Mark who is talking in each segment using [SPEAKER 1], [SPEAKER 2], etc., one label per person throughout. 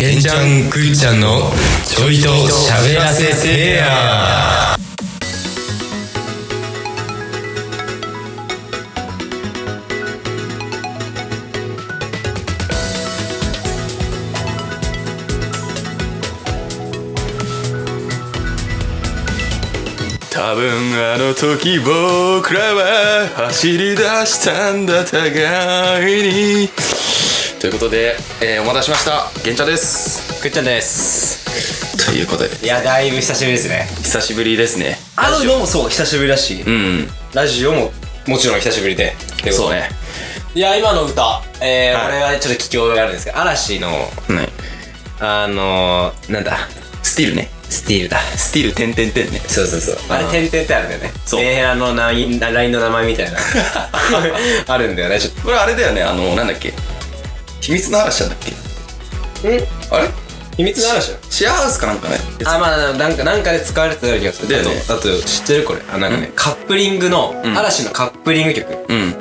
[SPEAKER 1] げんちゃんくっちゃんのちょいと喋らせてや
[SPEAKER 2] 多分あの時僕らは走り出したんだ互いにということで、えーお待たせしました玄茶です
[SPEAKER 3] くっちゃんです
[SPEAKER 2] ということで
[SPEAKER 3] いやだいぶ久しぶりですね
[SPEAKER 2] 久しぶりですね
[SPEAKER 3] あののもそう久しぶりだし、
[SPEAKER 2] うん
[SPEAKER 3] ラジオももちろん久しぶりで
[SPEAKER 2] そうね
[SPEAKER 3] いや今の歌、えー
[SPEAKER 2] はい
[SPEAKER 3] これはちょっと聞き覚えがあるんですけど嵐の
[SPEAKER 2] はい
[SPEAKER 3] あのー、なんだ
[SPEAKER 2] スティールね
[SPEAKER 3] スティールだ
[SPEAKER 2] スティール点点点ね
[SPEAKER 3] そうそうそうあれ
[SPEAKER 2] うん
[SPEAKER 3] 点々ってあるんだよね
[SPEAKER 2] そう
[SPEAKER 3] メンヘラのラインラインの名前みた いなあるんだよねちょっ
[SPEAKER 2] これあれだよねあのなんだっけ秘密の嵐なんだっけ
[SPEAKER 3] とん
[SPEAKER 2] あれ
[SPEAKER 3] 秘密の嵐だよ
[SPEAKER 2] シェアハウスかなんかね
[SPEAKER 3] あまあなんかなんかで使われてたような気がする
[SPEAKER 2] だよね
[SPEAKER 3] あとあと知ってるこれあなんかね、
[SPEAKER 2] うん
[SPEAKER 3] カップリングの、
[SPEAKER 2] ん
[SPEAKER 3] 嵐のカップリング曲
[SPEAKER 2] うん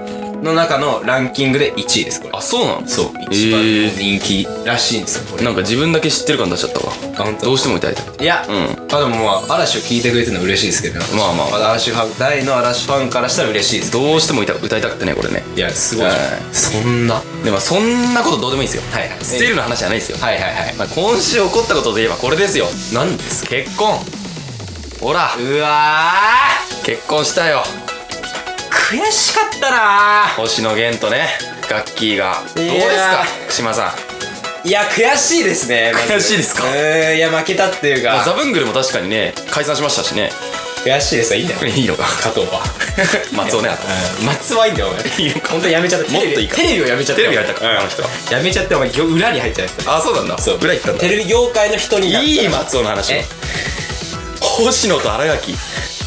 [SPEAKER 3] の中のランキングで1位ですこれ
[SPEAKER 2] あそうなの
[SPEAKER 3] そう、一番
[SPEAKER 2] えー
[SPEAKER 3] 人気らしいんですよ、これ。
[SPEAKER 2] なんか自分だけ知ってる感出しちゃった
[SPEAKER 3] あ
[SPEAKER 2] わ
[SPEAKER 3] 本当
[SPEAKER 2] どうしても痛いた
[SPEAKER 3] いや、
[SPEAKER 2] う
[SPEAKER 3] あでもまあ、嵐を聞いてくれてるのは嬉しいですけど、
[SPEAKER 2] まあまあ
[SPEAKER 3] 嵐ファン、大の嵐ファンからしたら嬉しいです。
[SPEAKER 2] どうしても痛い歌いたくてねこれね
[SPEAKER 3] いや、すごい
[SPEAKER 2] はい。
[SPEAKER 3] そんな。は
[SPEAKER 2] でもそんなことどうでもいいですよ
[SPEAKER 3] いはい。
[SPEAKER 2] スティールの話じゃないですよ、
[SPEAKER 3] はいはいはい。
[SPEAKER 2] まあ、今週起こったことといえばこれですよ
[SPEAKER 3] なんですか
[SPEAKER 2] 結婚ほら
[SPEAKER 3] うわ
[SPEAKER 2] 結婚したよ
[SPEAKER 3] ー悔しかったなー
[SPEAKER 2] 星野源とねガッキーがどう
[SPEAKER 3] いやー
[SPEAKER 2] ですか島さん、
[SPEAKER 3] いや、悔しいですね。まず
[SPEAKER 2] 悔しいですか
[SPEAKER 3] うーん、いや、負けたっていう
[SPEAKER 2] まあ、ザ
[SPEAKER 3] か、
[SPEAKER 2] ブングルも確かにね解散しましたしね
[SPEAKER 3] 悔しいですわいいんだよ。
[SPEAKER 2] いいのか
[SPEAKER 3] 加藤は。
[SPEAKER 2] 松尾ね
[SPEAKER 3] うん松はいいんだよ、お前。
[SPEAKER 2] いいのか
[SPEAKER 3] 本当にやめちゃった。
[SPEAKER 2] もっといいか
[SPEAKER 3] テレビテレビをやめちゃった。
[SPEAKER 2] テレビやりたかあの人は
[SPEAKER 3] やめちゃって、お前、裏に入っちゃった。
[SPEAKER 2] あそうなんだ
[SPEAKER 3] そう
[SPEAKER 2] 裏行ったんだ
[SPEAKER 3] テレビ業界の人になった
[SPEAKER 2] いい松尾の話を
[SPEAKER 3] え
[SPEAKER 2] 星野と新垣今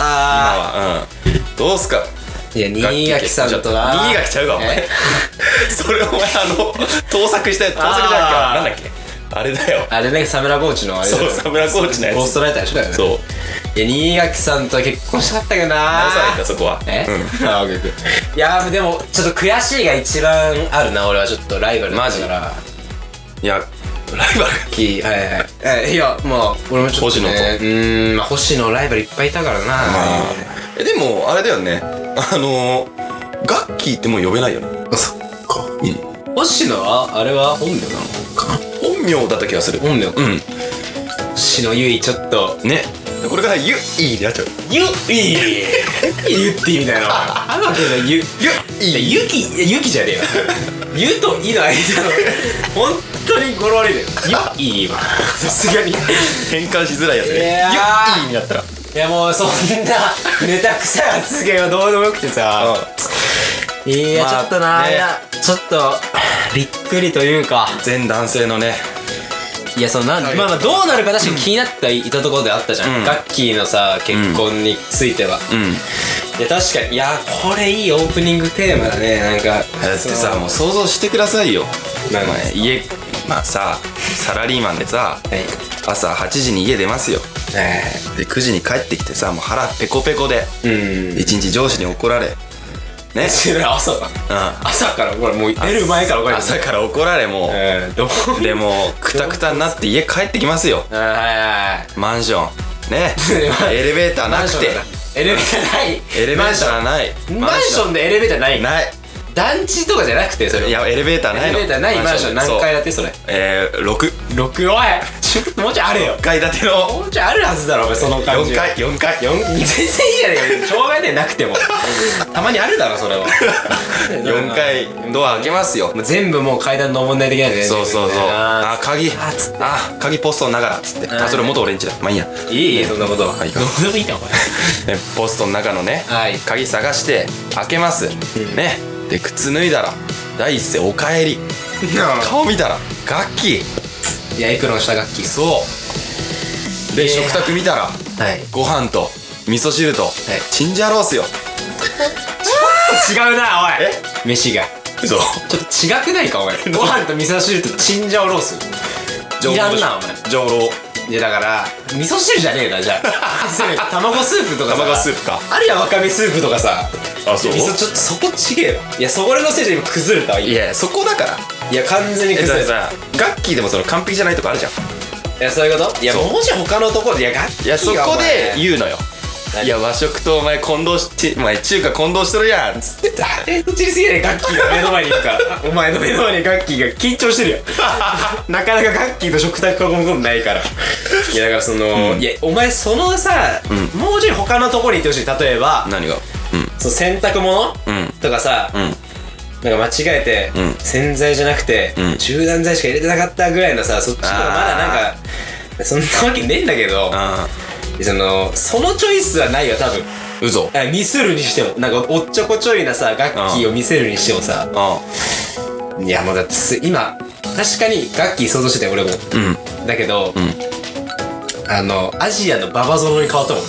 [SPEAKER 3] あ
[SPEAKER 2] はうんどうすか
[SPEAKER 3] あいや新垣さんとな
[SPEAKER 2] 新垣ちゃうわお前
[SPEAKER 3] え
[SPEAKER 2] それお前あの盗作したやつ盗作じ
[SPEAKER 3] あ
[SPEAKER 2] ゃなきゃな
[SPEAKER 3] ー
[SPEAKER 2] んだっけあれだよ
[SPEAKER 3] あれねサムラコーチのあれだ
[SPEAKER 2] そうサムラコーチのや
[SPEAKER 3] ゴー
[SPEAKER 2] つ
[SPEAKER 3] ストライターでしょだよね
[SPEAKER 2] そう
[SPEAKER 3] いや新垣さんとは結婚したかったけどな
[SPEAKER 2] 直さないんだそこは
[SPEAKER 3] え、
[SPEAKER 2] うん
[SPEAKER 3] あ OK OK いやでもちょっと悔しいが一番あるな俺はちょっとライバルだったから
[SPEAKER 2] いやライバル
[SPEAKER 3] きはいはいえいやまあ俺もちょっ
[SPEAKER 2] 星
[SPEAKER 3] と、ね、
[SPEAKER 2] 野
[SPEAKER 3] うーんまあ星野ライバルいっぱいいたからな、
[SPEAKER 2] えでもあれだよねあのーガッキーってもう呼べないよね
[SPEAKER 3] そっか
[SPEAKER 2] うん
[SPEAKER 3] 星野はあれは本名なの
[SPEAKER 2] 本名だった気がする
[SPEAKER 3] 本名か
[SPEAKER 2] うん
[SPEAKER 3] 星野結衣ちょっと
[SPEAKER 2] ねこれからユッイーでやっちゃう
[SPEAKER 3] ゆ いゆってみたいなあるわけないゆ
[SPEAKER 2] ユ
[SPEAKER 3] いや
[SPEAKER 2] ッイー
[SPEAKER 3] ゆきいやゆきじゃねえ わゆといの間の本当に語呂悪いのよゆいいわさすがにい
[SPEAKER 2] 変換しづらいやつね
[SPEAKER 3] いやー
[SPEAKER 2] ユッイーになったら
[SPEAKER 3] やもうそんなネタくさい発言はどうでもよくてさ、いや、
[SPEAKER 2] まあ
[SPEAKER 3] ちょっとな、
[SPEAKER 2] ね
[SPEAKER 3] いやちょっとびっくりというか
[SPEAKER 2] 全男性のね
[SPEAKER 3] いやそのなん、まあまあどうなるか確かに気になっていたところであったじゃん、
[SPEAKER 2] うん
[SPEAKER 3] ガッキーのさ結婚については、
[SPEAKER 2] うん
[SPEAKER 3] いや確かにいやこれいいオープニングテーマだねなんか
[SPEAKER 2] だってさもう想像してくださいよお
[SPEAKER 3] 何
[SPEAKER 2] 前家まあさサラリーマンでさ
[SPEAKER 3] はい
[SPEAKER 2] 朝8時に家出ますよ
[SPEAKER 3] え
[SPEAKER 2] で9時に帰ってきてさもう腹ペコペコで
[SPEAKER 3] ー、うん
[SPEAKER 2] 一日上司に怒られね
[SPEAKER 3] 朝
[SPEAKER 2] うん
[SPEAKER 3] 朝からほらもう出る前から怒られて
[SPEAKER 2] 朝
[SPEAKER 3] る
[SPEAKER 2] から怒られも
[SPEAKER 3] えーど
[SPEAKER 2] う
[SPEAKER 3] う
[SPEAKER 2] でもうクタクタになって家帰ってきますよ
[SPEAKER 3] はいはいはい
[SPEAKER 2] マンション ねエレベーターなくて
[SPEAKER 3] エレベーターない
[SPEAKER 2] エレベーターない
[SPEAKER 3] マンションでエレベーターない
[SPEAKER 2] ない
[SPEAKER 3] 団地とかじゃなくてそれ
[SPEAKER 2] いやエレベーター
[SPEAKER 3] エ
[SPEAKER 2] ない
[SPEAKER 3] レ
[SPEAKER 2] の
[SPEAKER 3] ベーターないマンション何階
[SPEAKER 2] だ
[SPEAKER 3] 建てそれ
[SPEAKER 2] えー6
[SPEAKER 3] 6おいちょっともうちょいあれよ
[SPEAKER 2] 階建ての
[SPEAKER 3] もうちょいあるはずだろお前その感じ
[SPEAKER 2] 4階4階
[SPEAKER 3] 四全然いいじゃねえか障害でなくても たまにあるだろそ れは
[SPEAKER 2] 4階ドア開けますよ
[SPEAKER 3] もう全部もう階段登んないといけないね
[SPEAKER 2] そうそうそう
[SPEAKER 3] あ
[SPEAKER 2] あ鍵
[SPEAKER 3] ーつって
[SPEAKER 2] あ鍵ポストの中だっつってあそれ元俺んちだまあいいや
[SPEAKER 3] ーいいいいそんなことは
[SPEAKER 2] はい
[SPEAKER 3] どうでもいいかお前
[SPEAKER 2] ねポストの中のね、
[SPEAKER 3] はい
[SPEAKER 2] 鍵探して開けます、ねで靴脱いだら第一声「おかえり」 顔見たら「ガッキー
[SPEAKER 3] いやエプロンした楽器」
[SPEAKER 2] そうで、
[SPEAKER 3] いや
[SPEAKER 2] 食卓見たら
[SPEAKER 3] はい
[SPEAKER 2] ご飯と味噌汁と、
[SPEAKER 3] い
[SPEAKER 2] チンジャロースよ
[SPEAKER 3] 違うなおい
[SPEAKER 2] え
[SPEAKER 3] 飯が
[SPEAKER 2] そう
[SPEAKER 3] ちょ っと違くないかお前ご飯と味噌汁とチンジャオロースいらんなお前
[SPEAKER 2] 上ロ
[SPEAKER 3] いやだから味噌汁じゃねえなじゃ あそれ卵スープとかさ
[SPEAKER 2] 卵スープか
[SPEAKER 3] あるやんわかめスープとかさ
[SPEAKER 2] あそう
[SPEAKER 3] 味噌ちょっとそこちげえわいやそこらのせいで今崩れたわ
[SPEAKER 2] い
[SPEAKER 3] い
[SPEAKER 2] やそこだから
[SPEAKER 3] や完全に
[SPEAKER 2] えだ
[SPEAKER 3] 崩
[SPEAKER 2] から
[SPEAKER 3] れた
[SPEAKER 2] さガッキーでもその完璧じゃないとこあるじゃん
[SPEAKER 3] いやそういうこといや
[SPEAKER 2] そう
[SPEAKER 3] もし他のところでいやガッキー
[SPEAKER 2] いやそこで
[SPEAKER 3] う
[SPEAKER 2] 言うのよ
[SPEAKER 3] 何
[SPEAKER 2] いや和食とお前混同してお前中華混同してるやんつって
[SPEAKER 3] あれとちりすぎないガッキーが目の前にいるからお前の目の前にガッキーが緊張してるよ なかなかガッキーと食卓囲むことないからいやだからその、いやお前そのさ、もうちょい他のところに行ってほしい例えば
[SPEAKER 2] 何が
[SPEAKER 3] その洗濯物、
[SPEAKER 2] うん
[SPEAKER 3] とかさ、
[SPEAKER 2] ん
[SPEAKER 3] なんか間違えて、
[SPEAKER 2] ん
[SPEAKER 3] 洗剤じゃなくて、
[SPEAKER 2] ん
[SPEAKER 3] 中断剤しか入れてなかったぐらいのさそっちの方がまだなんかそんなわけねえんだけど
[SPEAKER 2] ああ
[SPEAKER 3] そのそのチョイスはないよ多分
[SPEAKER 2] うぞ
[SPEAKER 3] あミスるにしてもなんかおっちょこちょいなさガッキーを見せるにしてもさ、
[SPEAKER 2] あ
[SPEAKER 3] いやもうだってす今確かにガッキー想像してたよ俺も、
[SPEAKER 2] うん
[SPEAKER 3] だけど、あのアジアのババゾロに変わったもん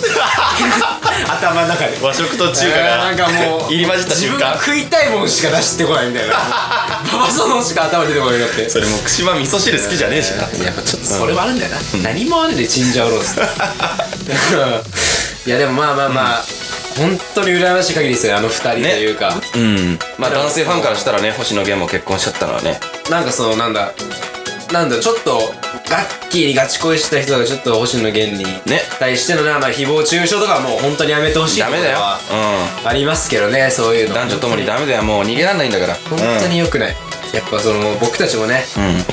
[SPEAKER 3] 頭の中で
[SPEAKER 2] 和食と中華が、
[SPEAKER 3] えーなんかもう
[SPEAKER 2] 入り混じった瞬間
[SPEAKER 3] 自分が食いたいもんしか出してこないみたいな ババゾロしか頭出てこないよって
[SPEAKER 2] それもう串間味噌汁好きじゃねえしな
[SPEAKER 3] やっぱちょっとそれはあるんだよな、何もあるでチンジャオロー スいやでもまあまあまあ、本当に羨ましい限りですよあの二人というか、
[SPEAKER 2] うんまあ男性ファンからしたらね星野源も結婚しちゃったのはね
[SPEAKER 3] なんかそのなんだなんだちょっとガッキーにガチ恋してた人がちょっと星野源に
[SPEAKER 2] ね
[SPEAKER 3] 対してのな、まあ、誹謗中傷とかはもう本当にやめてほしい
[SPEAKER 2] ダメだよ
[SPEAKER 3] ところはありますけどねそういう
[SPEAKER 2] うん
[SPEAKER 3] の
[SPEAKER 2] 男女ともにダメだよもう逃げらんないんだから
[SPEAKER 3] 本当に良くない、やっぱその僕たちもね、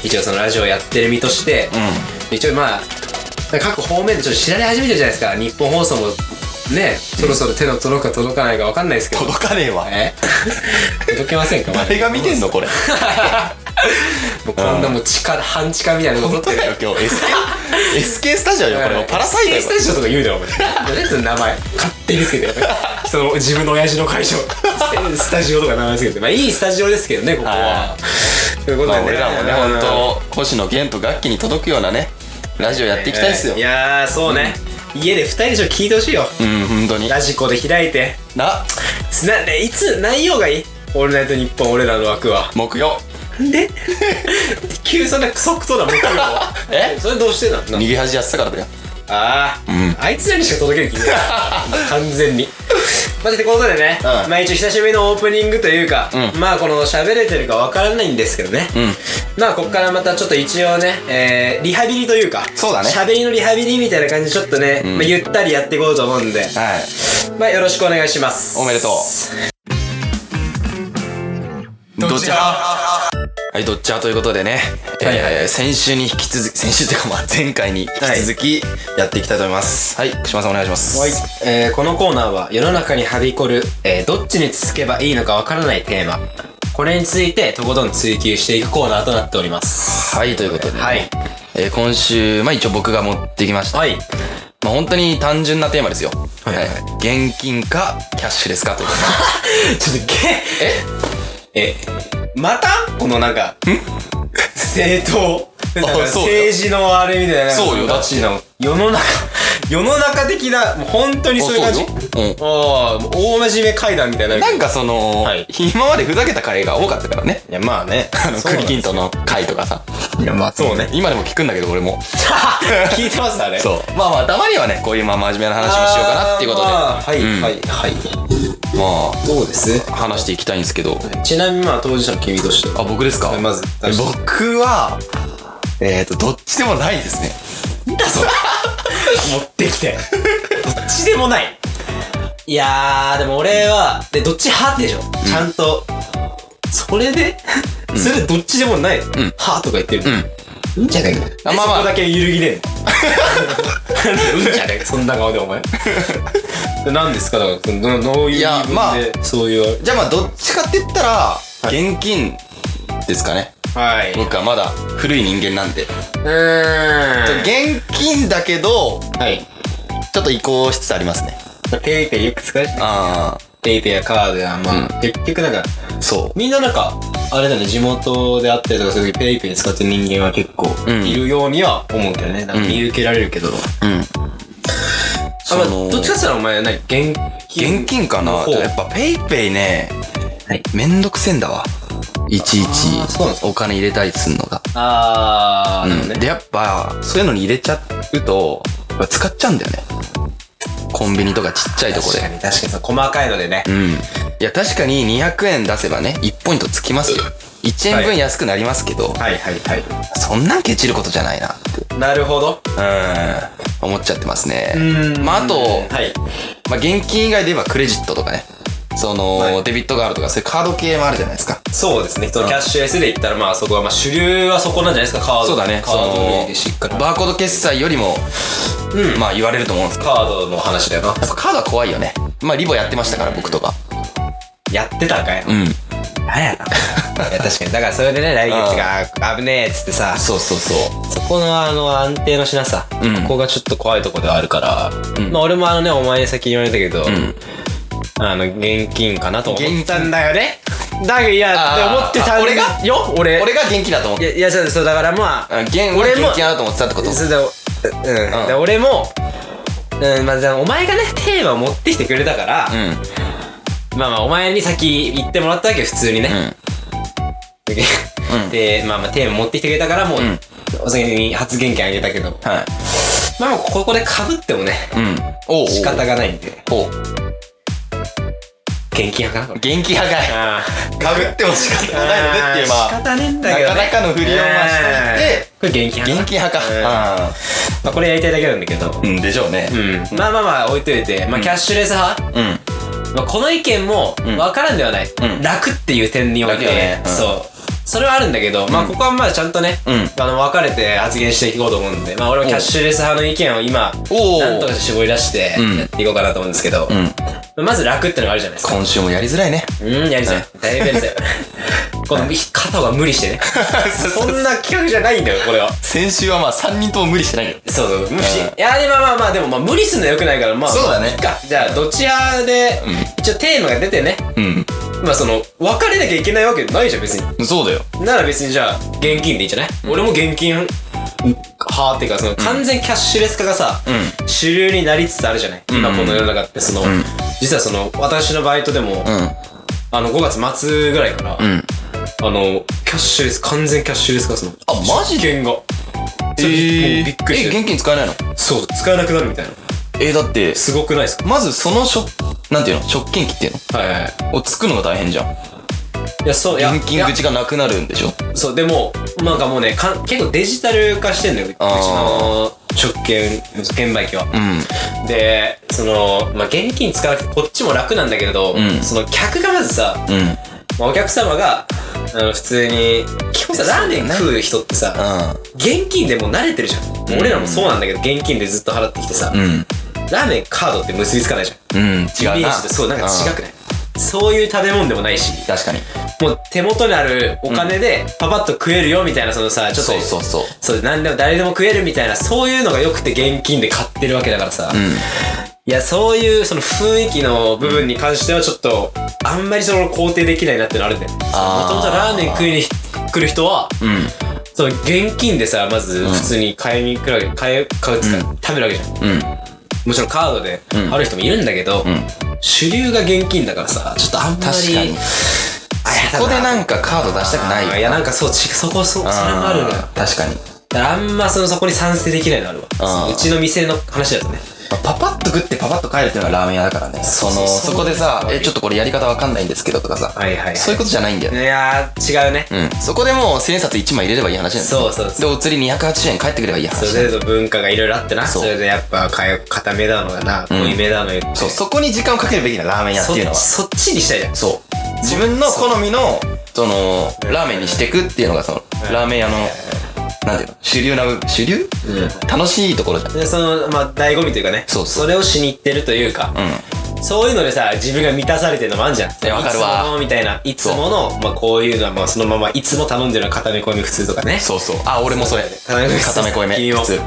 [SPEAKER 3] 一応そのラジオやってる身として、一応まあ各方面でちょっと知られ始めてるじゃないですか日本放送もねそろそろ手の届くか届かないか分かんないですけど、
[SPEAKER 2] 届かねえわ
[SPEAKER 3] え届けませんかまだ
[SPEAKER 2] 誰が見てんのこれ
[SPEAKER 3] もうこんなもう地下半地下みたいなの撮
[SPEAKER 2] 本
[SPEAKER 3] って
[SPEAKER 2] 当
[SPEAKER 3] る
[SPEAKER 2] だよ今日 SK, SK スタジオよこれもうパラサイトよ
[SPEAKER 3] スタジオとか言うだよお前何その名前勝手につけてその自分の親父の会社スタジオとか名前つけてまあいいスタジオですけどねここは
[SPEAKER 2] は
[SPEAKER 3] ということ
[SPEAKER 2] まあ
[SPEAKER 3] でね
[SPEAKER 2] 俺らもね本当星野源と楽器に届くようなねラジオやっていきたいっすよ
[SPEAKER 3] いやーそうね、家で2人でしょ聞いてほしいよ
[SPEAKER 2] うん本当に
[SPEAKER 3] ラジコで開いて
[SPEAKER 2] な
[SPEAKER 3] つなえいつ内容がいい「オールナイトニッポン」俺らの枠は
[SPEAKER 2] 木曜
[SPEAKER 3] で 急そんな即答だもん
[SPEAKER 2] え
[SPEAKER 3] それどうしてなんの
[SPEAKER 2] 逃げ恥やってたからだよ
[SPEAKER 3] ああ、
[SPEAKER 2] ん
[SPEAKER 3] あいつらにしか届け る気ない完全にまあってことでね、
[SPEAKER 2] うん
[SPEAKER 3] まあ一応久しぶりのオープニングというか、
[SPEAKER 2] うん
[SPEAKER 3] まあこの喋れてるかわからないんですけどね、
[SPEAKER 2] うん
[SPEAKER 3] まあここからまたちょっと一応ね、えーリハビリというか
[SPEAKER 2] そうだね
[SPEAKER 3] 喋りのリハビリみたいな感じでちょっとね、まあ、ゆったりやっていこうと思うんで、
[SPEAKER 2] はい
[SPEAKER 3] まあよろしくお願いします
[SPEAKER 2] おめでとうどっち派はいどっち派ということでね、
[SPEAKER 3] はい
[SPEAKER 2] えー先週に引き続き先週というかまあ前回に引き続きやっていきたいと思いますはい島さんお願いします
[SPEAKER 3] はい、えーこのコーナーは世の中にはびこる、えーどっちに続けばいいのかわからないテーマこれについてとことん追求していくコーナーとなっております
[SPEAKER 2] はいということで、ね
[SPEAKER 3] はい
[SPEAKER 2] えー今週まあ一応僕が持ってきました、
[SPEAKER 3] はい
[SPEAKER 2] まあ本当に単純なテーマですよ
[SPEAKER 3] はいはい
[SPEAKER 2] 現金かキャッシュレスかというこ
[SPEAKER 3] ちょっと
[SPEAKER 2] とでえ
[SPEAKER 3] げえまたこのなんか政党なんか
[SPEAKER 2] あそうだよ
[SPEAKER 3] 政治のあれみたいな
[SPEAKER 2] そうよ
[SPEAKER 3] だちの世の中世の中的なもう本当にそういう感じ
[SPEAKER 2] あそうよ
[SPEAKER 3] ああもう大真面目会談みたいな
[SPEAKER 2] なんかその、
[SPEAKER 3] はい
[SPEAKER 2] 今までふざけた回が多かったからね。
[SPEAKER 3] いやまあね
[SPEAKER 2] あの、
[SPEAKER 3] そうな
[SPEAKER 2] 栗
[SPEAKER 3] ん
[SPEAKER 2] き
[SPEAKER 3] で
[SPEAKER 2] ん
[SPEAKER 3] す
[SPEAKER 2] との回とかさ。
[SPEAKER 3] いやまあそうね
[SPEAKER 2] 今でも聞くんだけど、俺も。
[SPEAKER 3] 聞いてますあれ
[SPEAKER 2] そう。まあまあ、たまにはね、こういうまあ真面目な話もしようかなっていうことで、
[SPEAKER 3] あーはい、
[SPEAKER 2] うん
[SPEAKER 3] はいはい
[SPEAKER 2] ま
[SPEAKER 3] どうです
[SPEAKER 2] あ、話していきたいんですけど。
[SPEAKER 3] ちなみにまあ当事者の君としては
[SPEAKER 2] あ、僕ですか
[SPEAKER 3] まず
[SPEAKER 2] え僕は、えっ、と、どっちでもないですね。
[SPEAKER 3] だそれ持ってき てどっちでもないいやーでも俺はでどっち派でしょ、ちゃんとそれでそれでどっちでもない、派とか言ってるうんじゃねえか
[SPEAKER 2] あまあまあ
[SPEAKER 3] そこだけ揺るぎねえの うんじゃねえかそんな顔でお 前何ですかだからどどういう
[SPEAKER 2] いや
[SPEAKER 3] 言い
[SPEAKER 2] まあ
[SPEAKER 3] 分でそういう
[SPEAKER 2] じゃあまあ、どっちかって言ったら、現金ですかね。
[SPEAKER 3] はい
[SPEAKER 2] 僕はまだ古い人間なんで。
[SPEAKER 3] うーん
[SPEAKER 2] 現金だけど、
[SPEAKER 3] はい
[SPEAKER 2] ちょっと移行しつつありますね。
[SPEAKER 3] ペイペイよく使うし
[SPEAKER 2] あ
[SPEAKER 3] ペイペイやカードやまあ、結局なんか
[SPEAKER 2] あ、そう。
[SPEAKER 3] みんななんか、あれだね、地元であったりとかする時ペイペイ使ってる人間は結構
[SPEAKER 2] ん
[SPEAKER 3] いるようには思うけどね。なんか見受けられるけど。
[SPEAKER 2] うん。
[SPEAKER 3] あ、まあ、
[SPEAKER 2] その
[SPEAKER 3] どっちかって言ったらお前何現金
[SPEAKER 2] 現金かな
[SPEAKER 3] の方
[SPEAKER 2] やっぱペイペイね
[SPEAKER 3] はい。
[SPEAKER 2] めんどくせんだわいちいち
[SPEAKER 3] あーそうなんですか
[SPEAKER 2] お金入れたりすんのが。
[SPEAKER 3] あー、なるほど
[SPEAKER 2] うん
[SPEAKER 3] ね。
[SPEAKER 2] で、やっぱ、そういうのに入れちゃうと、やっぱ使っちゃうんだよね。コンビニとかちっちゃいとこ
[SPEAKER 3] 確か
[SPEAKER 2] で。
[SPEAKER 3] に、確かにそう、細かいのでね
[SPEAKER 2] う。ん。いや、確かに200円出せばね、1ポイントつきますよ。1円分安くなりますけど、
[SPEAKER 3] はいはいはい。
[SPEAKER 2] そんなんケチることじゃないなって、
[SPEAKER 3] なるほど。
[SPEAKER 2] うん、思っちゃってますね。
[SPEAKER 3] ん
[SPEAKER 2] まあ、あと、
[SPEAKER 3] はい。
[SPEAKER 2] まあ、現金以外で言えばクレジットとかね、その、
[SPEAKER 3] はい
[SPEAKER 2] デビットがあるとか、そういうカード系もあるじゃないですか。
[SPEAKER 3] そうですね。そのキャッシュレスで言ったら、まあそこは、まあ主流はそこなんじゃないですか、カード。
[SPEAKER 2] そうだね、
[SPEAKER 3] カ
[SPEAKER 2] そ
[SPEAKER 3] ード
[SPEAKER 2] の
[SPEAKER 3] でしっかり。、
[SPEAKER 2] バーコード決済よりも、まあ言われると思うんですけど、
[SPEAKER 3] カードの話だよな。
[SPEAKER 2] やっぱカードは怖いよね。まあリボやってましたから、僕とか。
[SPEAKER 3] やってたんかい。
[SPEAKER 2] うん。
[SPEAKER 3] なんやな。 いや確かに。だからそれでね、来月があー危ねえっつってさ、
[SPEAKER 2] そうそうそう。
[SPEAKER 3] そこのあの安定のしなさ、
[SPEAKER 2] うん
[SPEAKER 3] ここがちょっと怖いとこではあるから、まあ俺もあのね、お前に先に言われたけど、あの、現金かなと思ったんだよね。だけど、いや、って思ってたん
[SPEAKER 2] あーあ俺が
[SPEAKER 3] よ俺。
[SPEAKER 2] 俺が現金だと思っ
[SPEAKER 3] い
[SPEAKER 2] て。
[SPEAKER 3] や、いや、そうそう、だからまあ、
[SPEAKER 2] あ現金
[SPEAKER 3] 俺も
[SPEAKER 2] 現金だと思ってたってこと
[SPEAKER 3] それで、うん。
[SPEAKER 2] うん
[SPEAKER 3] で俺も、うん、まあ、じゃあお前がね、テーマ持ってきてくれたから、
[SPEAKER 2] うん。
[SPEAKER 3] まあまあ、お前に先言ってもらったわけよ、普通にね。
[SPEAKER 2] ん
[SPEAKER 3] で、まあまあ、テーマ持ってきてくれたから、もう、
[SPEAKER 2] ん
[SPEAKER 3] お先に発言権あげたけど、
[SPEAKER 2] はい。
[SPEAKER 3] まあもう、ここで被ってもね、
[SPEAKER 2] うん。おうおう
[SPEAKER 3] 仕方がないんで、
[SPEAKER 2] おう
[SPEAKER 3] 現金派かな、これ。
[SPEAKER 2] 現金派かい。
[SPEAKER 3] あ
[SPEAKER 2] かぶっても仕方がないのねっていう、
[SPEAKER 3] 仕
[SPEAKER 2] まあ、
[SPEAKER 3] 方ねえんだけど、
[SPEAKER 2] な
[SPEAKER 3] ね。
[SPEAKER 2] かなかの振りをまあしといて
[SPEAKER 3] うんこれ現金派
[SPEAKER 2] 現金派
[SPEAKER 3] うん
[SPEAKER 2] か。
[SPEAKER 3] まあ、これやりたいだけなんだけど、
[SPEAKER 2] うん。うんでしょうね。
[SPEAKER 3] うん、まあまあまあ置いといて、まあ、キャッシュレス派、
[SPEAKER 2] うん。
[SPEAKER 3] まあ、この意見も
[SPEAKER 2] ん
[SPEAKER 3] 分からんではない、
[SPEAKER 2] うん
[SPEAKER 3] 楽っていう点におい
[SPEAKER 2] 楽
[SPEAKER 3] て、
[SPEAKER 2] よねうん
[SPEAKER 3] そうそれはあるんだけど、まあここはまあちゃんとね、
[SPEAKER 2] うん
[SPEAKER 3] あの分かれて発言していこうと思うんで、まあ、俺はキャッシュレス派の意見を今
[SPEAKER 2] おう
[SPEAKER 3] なんとかして絞り出して
[SPEAKER 2] うん
[SPEAKER 3] やっていこうかなと思うんですけど、
[SPEAKER 2] ん
[SPEAKER 3] まあまず楽ってのがあるじゃないですか
[SPEAKER 2] 今週もやりづらいね。
[SPEAKER 3] うんやりづらいだいぶ やりづらいこの肩が無理してねそんな企画じゃないんだよこれは
[SPEAKER 2] 先週はまあ3人とも無理してないけど。
[SPEAKER 3] そうそう無視、
[SPEAKER 2] うん
[SPEAKER 3] いやでもまあまあでもまあ無理すんのよくないからまあ
[SPEAKER 2] そうだね
[SPEAKER 3] いいかじゃあどちらで、
[SPEAKER 2] ん
[SPEAKER 3] 一応テーマが出てね
[SPEAKER 2] う
[SPEAKER 3] まあその別れなきゃいけないわけないじゃん別に
[SPEAKER 2] ん。そうだよ。
[SPEAKER 3] なら別にじゃあ現金でいいんじゃない、俺も現金派っていうかその完全キャッシュレス化がさ、
[SPEAKER 2] う
[SPEAKER 3] 主流になりつつあるじゃない、今この世の中ってその、
[SPEAKER 2] ん
[SPEAKER 3] 実はその私のバイトでも、
[SPEAKER 2] う
[SPEAKER 3] あの5月末ぐらいから、
[SPEAKER 2] ん。うん。
[SPEAKER 3] あのキャッシュレス完全キャッシュレス化その
[SPEAKER 2] あマジ
[SPEAKER 3] でが
[SPEAKER 2] え
[SPEAKER 3] それもうび
[SPEAKER 2] ー
[SPEAKER 3] っくり
[SPEAKER 2] え、
[SPEAKER 3] して
[SPEAKER 2] 現金使えないの
[SPEAKER 3] そう使えなくなるみたいな
[SPEAKER 2] え、だって、
[SPEAKER 3] すごくないですか
[SPEAKER 2] まずその食、なんていうの食券機っていう
[SPEAKER 3] はいはいはい
[SPEAKER 2] のをつくのが大変じゃん。
[SPEAKER 3] いやそういや
[SPEAKER 2] 現金口がなくなるんでしょ
[SPEAKER 3] いやそうでもなんかもうねかん結構デジタル化してんのようち
[SPEAKER 2] あー
[SPEAKER 3] の食券券売機は、
[SPEAKER 2] うん。
[SPEAKER 3] でその、まあ、現金使わなくてこっちも楽なんだけれど、
[SPEAKER 2] ん
[SPEAKER 3] その客がまずさ、
[SPEAKER 2] うん。
[SPEAKER 3] まあお客様があの普通に基本さラーメン食う人ってさ、現金でもう慣れてるじゃん、もう俺らもそうなんだけど現金でずっと払ってきてさ、
[SPEAKER 2] うん。
[SPEAKER 3] ラーメンカードって結びつかないじゃん
[SPEAKER 2] うん。違うな。
[SPEAKER 3] イメージとそうなんか違
[SPEAKER 2] う
[SPEAKER 3] くない、そういう食べ物でもないし
[SPEAKER 2] ん確かに。
[SPEAKER 3] もう手元にあるお金でパパッと食えるよみたいなそのさちょっと
[SPEAKER 2] そうそうそう。
[SPEAKER 3] そう何でも誰でも食えるみたいなそういうのが良くて現金で買ってるわけだからさ、いやそういうその雰囲気の部分に関してはちょっとあんまりその肯定できないなってのあるんだよもとも
[SPEAKER 2] あー
[SPEAKER 3] とラーメン食いに来る人は
[SPEAKER 2] うん。うん。
[SPEAKER 3] その現金でさまず普通に買いに来るわけ買い買うっていうか、食べるわけじゃん
[SPEAKER 2] うん。
[SPEAKER 3] もちろんカードで
[SPEAKER 2] ん
[SPEAKER 3] ある人もいるんだけど、
[SPEAKER 2] ん
[SPEAKER 3] 主流が現金だからさちょっとあんまり
[SPEAKER 2] 確かに。
[SPEAKER 3] あやだ
[SPEAKER 2] そこでなんかカード出したくないよ。
[SPEAKER 3] いやなんかそうちそこそそれもあるのよ
[SPEAKER 2] あー確かに。
[SPEAKER 3] だからあんまそのそこに賛成できないのあるわ
[SPEAKER 2] あー
[SPEAKER 3] うちの店の話だとね
[SPEAKER 2] まあパパッと食ってパパッと帰るっていうのがラーメン屋だからね。その、
[SPEAKER 3] そうそう
[SPEAKER 2] そこでさ、え、ちょっとこれやり方わかんないんですけどとかさ。
[SPEAKER 3] はいはいはい
[SPEAKER 2] そういうことじゃないんだよ
[SPEAKER 3] い
[SPEAKER 2] ね。
[SPEAKER 3] やー違うね、
[SPEAKER 2] うん。そこでもう千円札1枚入れればいい話なんだよ
[SPEAKER 3] そうそうそう
[SPEAKER 2] で、お釣り280円返ってくればいい話。
[SPEAKER 3] それぞれ文化がいろいろあってな
[SPEAKER 2] そ
[SPEAKER 3] そうれでやっぱかよ固めだのがな濃いめだのよって
[SPEAKER 2] そう、そこに時間をかけるべきなラーメン屋って
[SPEAKER 3] そ
[SPEAKER 2] いうのは。
[SPEAKER 3] そっちにしたいじゃん
[SPEAKER 2] そう。自分の好みの、その、ラーメンにしていくっていうのが、その、ラーメン屋の、なんていうの、主流な部分、主流楽しいところじゃん。
[SPEAKER 3] でそのまあ醍醐味というかね
[SPEAKER 2] そうそう
[SPEAKER 3] れをしに行ってるというか、そういうのでさ自分が満たされてるのもあるじゃん
[SPEAKER 2] やわかるわ
[SPEAKER 3] いつものみたいないつもの、まあ、こういうのはまあそのままいつも頼んでるのは固め込み普通とかね
[SPEAKER 2] そうそう。あ、俺もそれ。
[SPEAKER 3] 固め込み
[SPEAKER 2] 固め声目。
[SPEAKER 3] 君も
[SPEAKER 2] 普通
[SPEAKER 3] い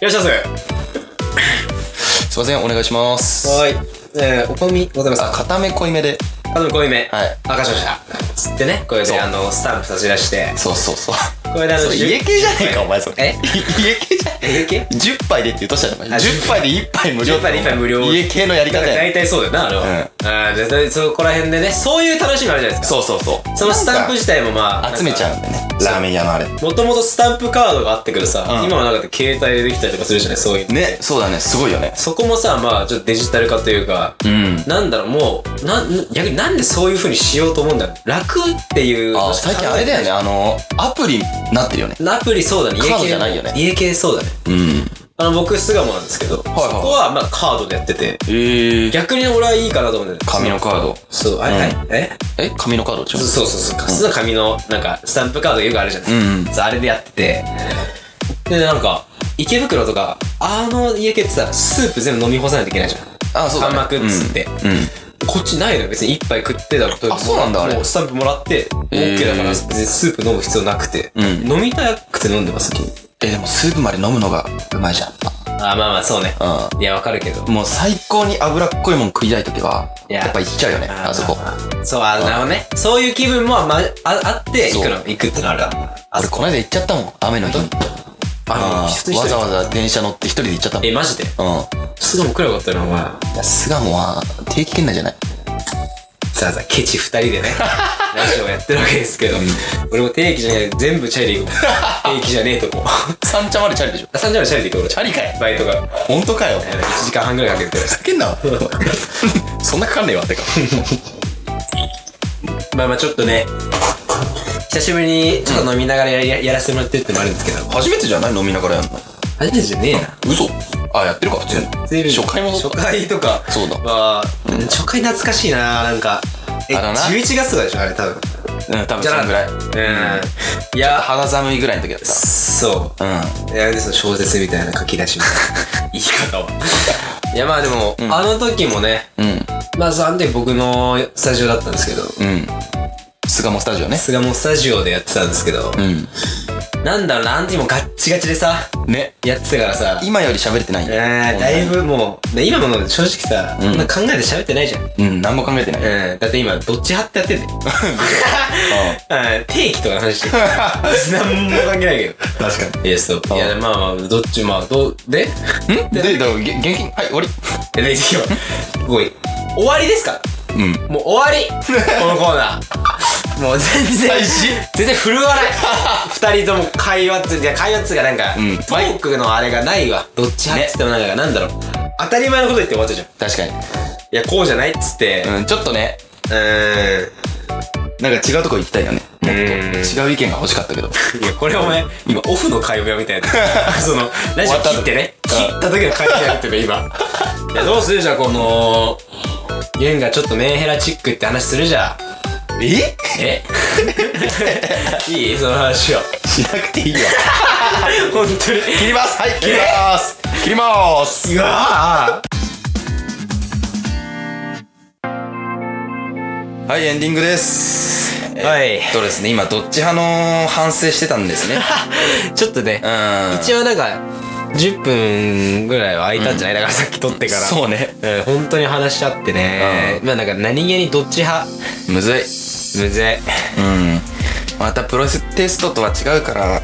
[SPEAKER 3] らっしゃいませ
[SPEAKER 2] すいません、お願いします。
[SPEAKER 3] はい。えー、お込みございます
[SPEAKER 2] あ、
[SPEAKER 3] か
[SPEAKER 2] 固め濃いめで。
[SPEAKER 3] あの、濃いめ。
[SPEAKER 2] はい
[SPEAKER 3] 明かしました。つってね、これ
[SPEAKER 2] そう
[SPEAKER 3] で、あの、スタンプ差し出して。
[SPEAKER 2] そうそうそう。
[SPEAKER 3] これで、あ
[SPEAKER 2] そ
[SPEAKER 3] の、
[SPEAKER 2] れ
[SPEAKER 3] じゅ
[SPEAKER 2] 家系じゃねえか、お前それ。
[SPEAKER 3] え
[SPEAKER 2] 家系じゃね
[SPEAKER 3] 家系
[SPEAKER 2] え。10杯でって言うとしたらお前
[SPEAKER 3] あ
[SPEAKER 2] 10杯で1杯無料
[SPEAKER 3] 10杯で1杯無料
[SPEAKER 2] 家系のやり
[SPEAKER 3] だ
[SPEAKER 2] 方
[SPEAKER 3] から
[SPEAKER 2] や
[SPEAKER 3] 大体そうだよな、あれは。あーじゃあそこら辺でねそういう楽しみあるじゃないです
[SPEAKER 4] そ
[SPEAKER 3] か
[SPEAKER 4] うそうそう
[SPEAKER 3] そのスタンプ自体もまあ
[SPEAKER 2] 集めちゃうんだよねラーメン屋のあれ
[SPEAKER 3] もともとスタンプカードがあってくるさ、
[SPEAKER 2] うん
[SPEAKER 3] 今はなんか携帯でできたりとかするじゃないそういう
[SPEAKER 2] ねそうだねすごいよね
[SPEAKER 3] そこもさまあちょっとデジタル化というか、
[SPEAKER 2] うん
[SPEAKER 3] なんだろうもうな逆になんでそういう風にしようと思うんだろう楽っていうの
[SPEAKER 2] あ
[SPEAKER 3] しか
[SPEAKER 2] 最近あれだよねあのアプリになってるよね
[SPEAKER 3] アプリそうだね
[SPEAKER 2] カードじゃないよね
[SPEAKER 3] 家系そうだね
[SPEAKER 2] うん
[SPEAKER 3] あの僕巣鴨なんですけど、
[SPEAKER 2] いはい
[SPEAKER 3] そこはまあカードでやってて
[SPEAKER 2] ええ
[SPEAKER 3] 逆に俺はいいかなと思って
[SPEAKER 2] 紙のカード
[SPEAKER 3] そうあれ、あれえ
[SPEAKER 2] え紙のカードちょ
[SPEAKER 3] そうそうそうそう、その紙のなんかスタンプカードがよくあるじゃない
[SPEAKER 2] うん
[SPEAKER 3] そうあれでやっててでなんか池袋とかあの家系ってさスープ全部飲み干さないといけないじゃん
[SPEAKER 2] あそうだね
[SPEAKER 3] 甘くっつって、
[SPEAKER 2] うんうん
[SPEAKER 3] こっちないのよ別に一杯食ってだと
[SPEAKER 2] あそうなんだあれ
[SPEAKER 3] もうスタンプもらって OK だから別にスープ飲む必要なくて、
[SPEAKER 2] うん
[SPEAKER 3] 飲みたくて飲んでます君
[SPEAKER 2] えでもスープまで飲むのがうまいじゃん
[SPEAKER 3] あまあまあそうねいやわかるけど
[SPEAKER 2] もう最高に脂っこいもん食いたい時はい
[SPEAKER 3] や
[SPEAKER 2] やっぱ行っちゃうよね
[SPEAKER 3] ー
[SPEAKER 2] あそこ
[SPEAKER 3] まあまあそうあなるほどねそういう気分も、まあ、ああって行くの行くってのあるわあ
[SPEAKER 2] 俺
[SPEAKER 3] そこ
[SPEAKER 2] この間行っちゃったもん雨の日にあ
[SPEAKER 3] あ
[SPEAKER 2] ーわざ
[SPEAKER 3] わ
[SPEAKER 2] わざ電車乗って一人で行っちゃったもん
[SPEAKER 3] えマジで
[SPEAKER 2] うん
[SPEAKER 3] すぐも来ればよかったなお前
[SPEAKER 2] いや巣鴨は定期圏内じゃない
[SPEAKER 3] さあさあケチ二人で ねラジオやってるわけですけど、俺も定期じゃねえ全部チャリで行こう 定期じゃねえとこ
[SPEAKER 2] 三茶までチャリでしょ
[SPEAKER 3] 3時までチャリで行こうチ
[SPEAKER 2] ャリかい
[SPEAKER 3] バイトが
[SPEAKER 2] 本当かよ
[SPEAKER 3] 1時間半ぐらいかけて
[SPEAKER 2] ふざけんなそんなかかんねえわてか
[SPEAKER 3] まあまあちょっとね久しぶりにちょっと飲みながらやややらせてもらってるってのもあるんですけど
[SPEAKER 2] 初めてじゃない飲みながらやるの
[SPEAKER 3] 初めてじゃねえな
[SPEAKER 2] 嘘あやってるか普通に初回もそ
[SPEAKER 3] 初
[SPEAKER 2] うか
[SPEAKER 3] 回とか
[SPEAKER 2] そうだ
[SPEAKER 3] は初回懐かしいななんかえ
[SPEAKER 2] あだな
[SPEAKER 3] 11月とかでしょあれ多分
[SPEAKER 2] うん多分そんぐらい
[SPEAKER 3] うんいや
[SPEAKER 2] 肌寒いぐらいの時だっ
[SPEAKER 3] そう
[SPEAKER 2] たうん
[SPEAKER 3] いやその小説みたいな書き出しみたい な言い方はいやまあでも、あの時もね
[SPEAKER 2] うん
[SPEAKER 3] まあそうあの時僕のスタジオだったんですけど
[SPEAKER 2] うん巣鴨スタジオね
[SPEAKER 3] 巣鴨スタジオでやってたんですけど、
[SPEAKER 2] うん
[SPEAKER 3] なんだろうなあの時もガッチガチでさ
[SPEAKER 2] ね
[SPEAKER 3] やってたからさ
[SPEAKER 2] 今より喋れてない
[SPEAKER 3] えーだいぶもうね今も正直さ、そんな考えて喋ってないじゃん
[SPEAKER 2] うん何も考えてないうん
[SPEAKER 3] うん、だって今、どっち派ってやってんねん。うん定期とかの 話してる。何も関係ないけど。
[SPEAKER 2] 確か
[SPEAKER 3] いや、そう。いや、まあまあ、どっち、まあ、どう、で
[SPEAKER 2] にんでだからげ現金はい終わり
[SPEAKER 3] え、で、今、ごい。終わりですか
[SPEAKER 2] うん
[SPEAKER 3] もう終わりこのコーナー。もう全然、全然振るわない。二人とも会話って、いや、会話っていうかなんか、
[SPEAKER 2] ん
[SPEAKER 3] トークのあれがないわ。どっち派っつってもなんか、なんだろう。当たり前のこと言って終わっちゃうじゃん。
[SPEAKER 2] 確かに
[SPEAKER 3] いや、こうじゃないっつって、う
[SPEAKER 2] うんちょっとね
[SPEAKER 3] ーん。
[SPEAKER 2] なんか違うとこ行きたいよねもっと
[SPEAKER 3] うん
[SPEAKER 2] 違う意見が欲しかったけど
[SPEAKER 3] いや、これお前、今、オフの会話みたい な。その、ラジオ切ってね。切った時の会話やってね、今。 いや、どうするじゃん、この、ゲンがちょっとメンヘラチックって話するじゃ
[SPEAKER 2] え
[SPEAKER 3] ん。え いいその話を。
[SPEAKER 2] しなくていいよ
[SPEAKER 3] 本当に。
[SPEAKER 2] 切りますはい切ります切ります
[SPEAKER 3] うわ
[SPEAKER 2] はいエンディングですえー
[SPEAKER 3] はい
[SPEAKER 2] えっとですね今どっち派の反省してたんです ね
[SPEAKER 3] ちょっとね
[SPEAKER 2] う、ん
[SPEAKER 3] 一応なんか、10分ぐらいは空いたんじゃない、だからさっき撮ってから。
[SPEAKER 2] そうね
[SPEAKER 3] うん。本当に話し合ってね。まあなんか何気にどっち派
[SPEAKER 2] むずい
[SPEAKER 3] むずい。
[SPEAKER 2] うんまたプロテストとは違うから、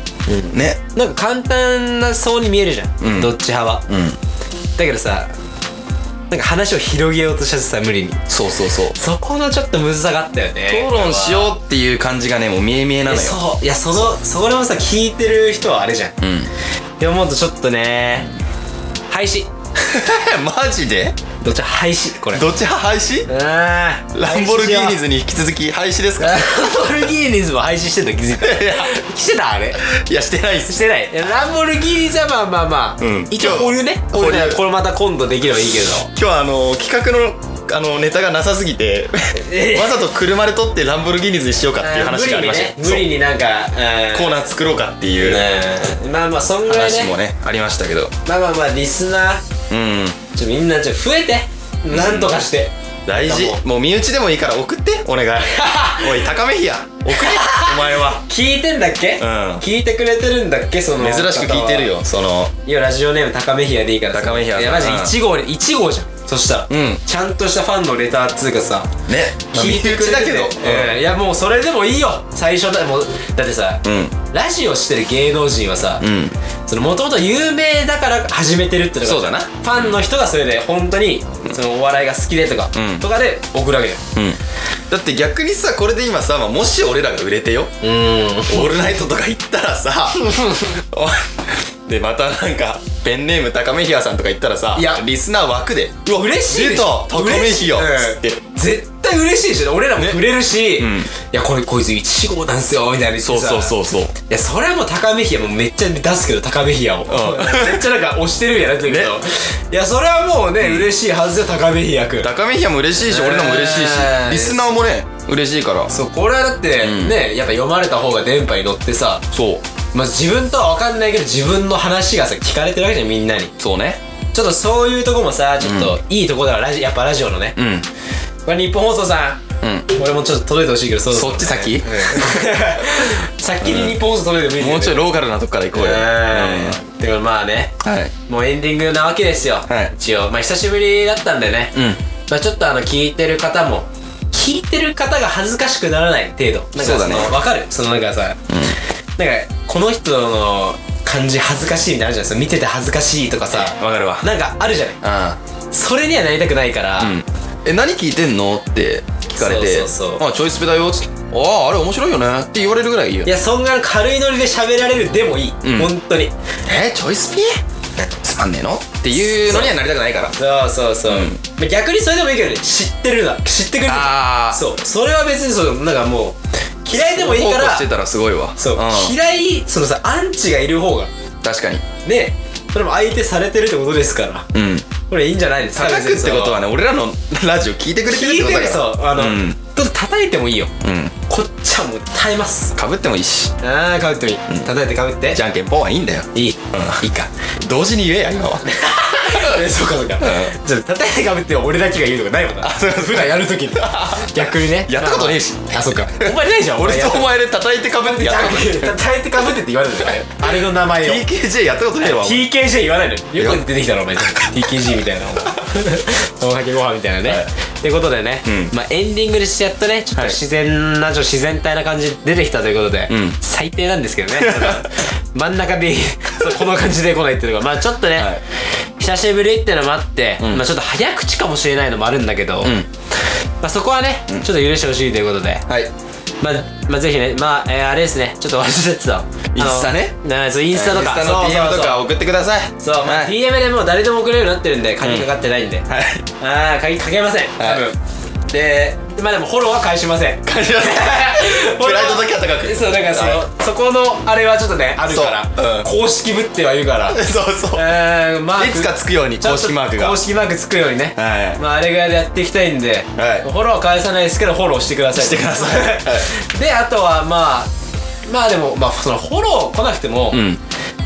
[SPEAKER 2] ね
[SPEAKER 3] なんか簡単なそうに見えるじゃん、
[SPEAKER 2] うん
[SPEAKER 3] どっち派は、
[SPEAKER 2] うん
[SPEAKER 3] だけどさなんか話を広げようとしたてさ無理に
[SPEAKER 2] そうそうそう
[SPEAKER 3] そこのちょっとむずさがあったよね
[SPEAKER 2] 討論しようっていう感じがねもう見え見えなのよ
[SPEAKER 3] そういやそのそれもさ聞いてる人はあれじゃん
[SPEAKER 2] うん
[SPEAKER 3] って思うとちょっとね廃止
[SPEAKER 2] マジで
[SPEAKER 3] どっち派廃止これ
[SPEAKER 2] どっち派廃止
[SPEAKER 3] う ーん
[SPEAKER 2] ランボルギーニ
[SPEAKER 3] ズ
[SPEAKER 2] ズに引き続き廃止ですか
[SPEAKER 3] ランボルギーニズも廃止してんの気づいたしてたあ れ
[SPEAKER 2] いやしてないっす
[SPEAKER 3] してないいやランボルギーニズはまあまあまあ、
[SPEAKER 2] うん
[SPEAKER 3] 一応保留ね
[SPEAKER 2] 保留
[SPEAKER 3] これこれまた今度できればいいけど
[SPEAKER 2] 今日はあの企画のあのネタがなさすぎ て
[SPEAKER 3] え
[SPEAKER 2] わざと車で撮ってランボルギーニズにしようかっていう話がありました
[SPEAKER 3] 無理に,、ね、無理になんか
[SPEAKER 2] そうコーナー作ろうかって
[SPEAKER 3] う
[SPEAKER 2] いうん
[SPEAKER 3] まあまあそんぐらい
[SPEAKER 2] 話
[SPEAKER 3] ね
[SPEAKER 2] もねありましたけど
[SPEAKER 3] まあまあまあリスナー
[SPEAKER 2] うん
[SPEAKER 3] ちょみんなちょ増えてなんとかして、
[SPEAKER 2] 大事
[SPEAKER 3] も
[SPEAKER 2] もう身内でもいいから送ってお願いおい高めひや送れお前は
[SPEAKER 3] 聞いてんだっけ、
[SPEAKER 2] ん
[SPEAKER 3] 聞いてくれてるんだっけその
[SPEAKER 2] 珍しく聞いてるよその
[SPEAKER 3] いやラジオネーム高めひやでいいからさ
[SPEAKER 2] 高めひやさん
[SPEAKER 3] いやマジ1号に1号じゃんそしたら、
[SPEAKER 2] うん
[SPEAKER 3] ちゃんとしたファンのレターっつうかさ
[SPEAKER 2] ね
[SPEAKER 3] 聞いてくれてて
[SPEAKER 2] だけど
[SPEAKER 3] うんいやもうそれでもいいよ最初だもうだってさ、
[SPEAKER 2] ん
[SPEAKER 3] ラジオしてる芸能人はさ、
[SPEAKER 2] ん
[SPEAKER 3] そのもともと有名だから始めてるってのが
[SPEAKER 2] そうだな
[SPEAKER 3] ファンの人がそれで本当にそのお笑いが好きでとか、
[SPEAKER 2] うん
[SPEAKER 3] とかで送るわけだよ
[SPEAKER 2] うんだって逆にさこれで今さ、まあもし俺らが売れて よ
[SPEAKER 3] うーん
[SPEAKER 2] 「オールナイト」とか言ったらさ おいでまたなんかペンネーム高めひやさんとか言ったらさ
[SPEAKER 3] いや
[SPEAKER 2] リスナー枠で「うわ
[SPEAKER 3] 嬉し
[SPEAKER 2] 出
[SPEAKER 3] いで
[SPEAKER 2] た
[SPEAKER 3] し
[SPEAKER 2] 高
[SPEAKER 3] ょ
[SPEAKER 2] めひや」つって
[SPEAKER 3] 嬉しいうん絶対嬉しいでしょ俺らも触れるし、
[SPEAKER 2] ん
[SPEAKER 3] いやこれこいつ1号なんすよみたいな
[SPEAKER 2] そうそう
[SPEAKER 3] う
[SPEAKER 2] そうそう
[SPEAKER 3] いやそれはもう高めひやもうめっちゃ出すけど高めひやを、めっちゃなんか押してるんやなってるけど、
[SPEAKER 2] ね
[SPEAKER 3] いやそれはもうね、嬉しいはずよ高めひやくん
[SPEAKER 2] 高めひやも嬉しいし
[SPEAKER 3] ね
[SPEAKER 2] 俺らも嬉しいしリスナーもね嬉しいから
[SPEAKER 3] そうこれはだって、ねやっぱ読まれた方が電波に乗ってさ、
[SPEAKER 2] そう
[SPEAKER 3] まあ、自分とは分かんないけど自分の話がさ聞かれてるわけじゃんみんなに
[SPEAKER 2] そうね
[SPEAKER 3] ちょっとそういうとこもさちょっといいとこだからラジやっぱラジオのね、
[SPEAKER 2] うん
[SPEAKER 3] これ日本放送さん、俺もちょっと届いてほしいけどそ
[SPEAKER 2] そっち先
[SPEAKER 3] 先に日本放送届いてもいいん
[SPEAKER 2] も
[SPEAKER 3] だよ
[SPEAKER 2] う
[SPEAKER 3] ね
[SPEAKER 2] ちょいローカルなとこから行こうよ
[SPEAKER 3] うんでもまあね
[SPEAKER 2] うんはい
[SPEAKER 3] もうエンディングなわけですよ、
[SPEAKER 2] はい
[SPEAKER 3] 一応まあ久しぶりだったんでね、
[SPEAKER 2] うん
[SPEAKER 3] まあ、ちょっとあの聞いてる方も聞いてる方が恥ずかしくならない程度なんか
[SPEAKER 2] そうだね
[SPEAKER 3] のわかるそのなんかさ、なんかこの人の感じ恥ずかしいみたいなのあるじゃないですか見てて恥ずかしいとかさ
[SPEAKER 2] わかるわ
[SPEAKER 3] なんかあるじゃない
[SPEAKER 2] あ
[SPEAKER 3] それにはなりたくないから、
[SPEAKER 2] あうんえ何聞いてんのって聞かれて
[SPEAKER 3] そうそうそう
[SPEAKER 2] あチョイスペだよつってあああれ面白いよねって言われるぐらいいいよ
[SPEAKER 3] いやそんな軽いノリで喋られるでもいい、
[SPEAKER 2] ん
[SPEAKER 3] 本当に
[SPEAKER 2] えチョイスピつまんねえのっていうのにはなりたくないから
[SPEAKER 3] そうそうそう、まあ逆にそれでもいいけどね知ってるな知ってくれると
[SPEAKER 2] あー
[SPEAKER 3] そうそれは別にそうなんかもう嫌いでもいいか
[SPEAKER 2] そう
[SPEAKER 3] ら
[SPEAKER 2] してたらすごいわ
[SPEAKER 3] そう、
[SPEAKER 2] ん
[SPEAKER 3] 嫌いそのさアンチがいる方が
[SPEAKER 2] 確かに
[SPEAKER 3] ねそれも相手されてるってことですから
[SPEAKER 2] うん
[SPEAKER 3] これいいんじゃないですか
[SPEAKER 2] 叩くってことは
[SPEAKER 3] ね
[SPEAKER 2] ね俺らのラジオ聞いてくれてるっ
[SPEAKER 3] 聞
[SPEAKER 2] て
[SPEAKER 3] い
[SPEAKER 2] ことだ
[SPEAKER 3] てる
[SPEAKER 2] か
[SPEAKER 3] そう
[SPEAKER 2] ら
[SPEAKER 3] あの、
[SPEAKER 2] うん
[SPEAKER 3] ちょっと叩いてもいいよ
[SPEAKER 2] うん
[SPEAKER 3] こっちはもう耐えます
[SPEAKER 2] かぶってもいいし
[SPEAKER 3] ああかぶってもいい、叩いてかぶって
[SPEAKER 2] じゃんけんぽんはいいんだよ
[SPEAKER 3] いい、いいか
[SPEAKER 2] 同時に言えや今は
[SPEAKER 3] そうかそうか、じゃあ叩いてかぶって俺だけが言うとかないもんな普段やるときに 逆にね
[SPEAKER 2] やったことねえし
[SPEAKER 3] あそうかお前ないじゃん
[SPEAKER 2] 俺
[SPEAKER 3] やっ
[SPEAKER 2] とお前で叩いてかぶってやったことね
[SPEAKER 3] 叩いてかぶってって言われるのよあれの名前を
[SPEAKER 2] え TKJ やったことねえわ
[SPEAKER 3] TKG 言わないのよよく出てきたのお前 TKG みたいなお前おかけご飯みたいなね、ってことでね、まあ、エンディングでしてやっとねちょっと自然な、ちょっと自然体な感じで出てきたということで、
[SPEAKER 2] ん
[SPEAKER 3] 最低なんですけど ね真ん中でそうこの感じで来ないっていうのがまあちょっとね、
[SPEAKER 2] はい
[SPEAKER 3] 久しぶりってのもあって、まあ、ちょっと早口かもしれないのもあるんだけど、まあ、そこはね、ちょっと許してほしいということで、
[SPEAKER 2] はい
[SPEAKER 3] まあ、まあ、ぜひね、まあ、えーあれですね、ちょっと忘れてた。あの
[SPEAKER 2] インスタね
[SPEAKER 3] なそう、インスタとか。
[SPEAKER 2] インスタの DM と
[SPEAKER 3] そうそう
[SPEAKER 2] か送ってください
[SPEAKER 3] そうそう、まあ、
[SPEAKER 2] はい
[SPEAKER 3] DM でもう誰でも送れるようになってるんで、鍵かかってないんで。
[SPEAKER 2] はい
[SPEAKER 3] ああ、鍵かけません。多分。
[SPEAKER 2] で
[SPEAKER 3] まあでも、フォローは返し ません。
[SPEAKER 2] 感じだねプライドだけは高く
[SPEAKER 3] そう、だからそ
[SPEAKER 2] は
[SPEAKER 3] の、そこの、あれはちょっとね、あるか
[SPEAKER 2] そうう
[SPEAKER 3] ら
[SPEAKER 2] ん。
[SPEAKER 3] 公式ぶってはい るから。
[SPEAKER 2] そうそう
[SPEAKER 3] えー、マーク
[SPEAKER 2] いつかつくように公式マーク
[SPEAKER 3] ちょっと
[SPEAKER 2] が
[SPEAKER 3] 公式マークつくようにね、
[SPEAKER 2] はい
[SPEAKER 3] まあ、あれぐらいでやっていきたいんで、
[SPEAKER 2] はい
[SPEAKER 3] フォローは返さないですけどフォローしてください
[SPEAKER 2] してくださ いは
[SPEAKER 3] であとはまあまあでも、まあ、そのフォロー来なくても、
[SPEAKER 2] ん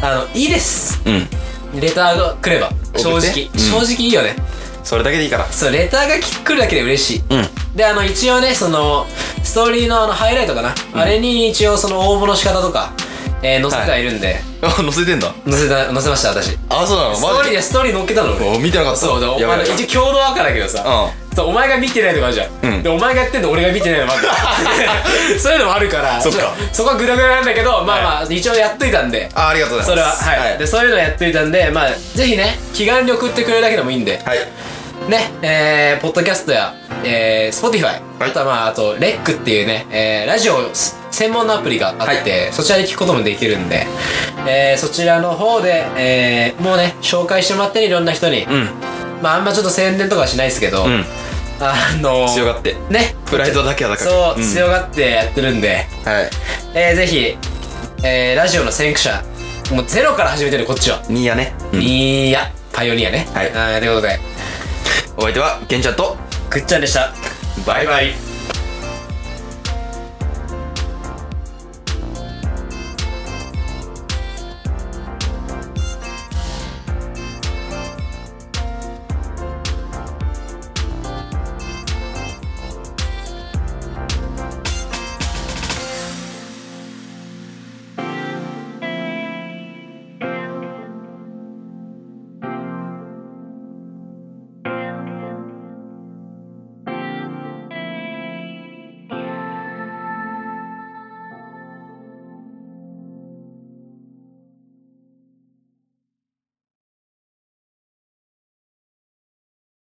[SPEAKER 3] あのいいです
[SPEAKER 2] うん
[SPEAKER 3] レターが来れば正
[SPEAKER 2] 送って
[SPEAKER 3] 直、
[SPEAKER 2] うん
[SPEAKER 3] 正直いいよね
[SPEAKER 2] それだけでいいから
[SPEAKER 3] そうレターが来るだけで嬉しい、
[SPEAKER 2] ん
[SPEAKER 3] であの一応ねそのストーリーのあのハイライトかな、あれに一応その応募の仕方とか、えー載せてはいるんで、
[SPEAKER 2] あ載せてんだ
[SPEAKER 3] 載せた載せました私
[SPEAKER 2] あそうなの
[SPEAKER 3] ストー
[SPEAKER 2] マ
[SPEAKER 3] リ
[SPEAKER 2] ジ
[SPEAKER 3] ーで
[SPEAKER 2] で
[SPEAKER 3] ストーリー乗っけたの俺
[SPEAKER 2] お見てなかった
[SPEAKER 3] そうだお
[SPEAKER 2] やば
[SPEAKER 3] 前
[SPEAKER 2] い
[SPEAKER 3] の
[SPEAKER 2] やばい
[SPEAKER 3] 一応共同赤だけどさ、そうお前が見てないとかあるじゃん、
[SPEAKER 2] うん
[SPEAKER 3] でお前がやってんの俺が見てないのもあるから そういうのもある から
[SPEAKER 2] そっか
[SPEAKER 3] ちょとそこはグダグダなんだけど、まあまあ一応やっといたんで
[SPEAKER 2] あありがとうござ
[SPEAKER 3] そ
[SPEAKER 2] い
[SPEAKER 3] れ
[SPEAKER 2] ま
[SPEAKER 3] は
[SPEAKER 2] す
[SPEAKER 3] はい、でそういうのやっといたんでまあぜひね気軽に送ってくれるだけでもいいんで、
[SPEAKER 2] はい
[SPEAKER 3] ねえー、ポッドキャストや、えー、Spotify、
[SPEAKER 2] はい
[SPEAKER 3] あとはまああとレックっていうね、えー、ラジオ専門のアプリがあって、そちらで聞くこともできるんで、えー、そちらの方で、えー、もうね紹介してもらったりいろんな人に、
[SPEAKER 2] うん
[SPEAKER 3] まああんまちょっと宣伝とかはしないですけど、
[SPEAKER 2] うん
[SPEAKER 3] あのー、
[SPEAKER 2] 強がって
[SPEAKER 3] ね
[SPEAKER 2] プライドだけは高く
[SPEAKER 3] そう、
[SPEAKER 2] ん
[SPEAKER 3] 強がってやってるんで、
[SPEAKER 2] はい
[SPEAKER 3] えー、ぜひ、えー、ラジオの先駆者もうゼロから始めてるこっちは、
[SPEAKER 2] ニーヤね
[SPEAKER 3] いやパイオニアね
[SPEAKER 2] はい
[SPEAKER 3] あーということで
[SPEAKER 2] お相手はケンちゃんと
[SPEAKER 3] ぐっちゃんでした
[SPEAKER 2] バイバイ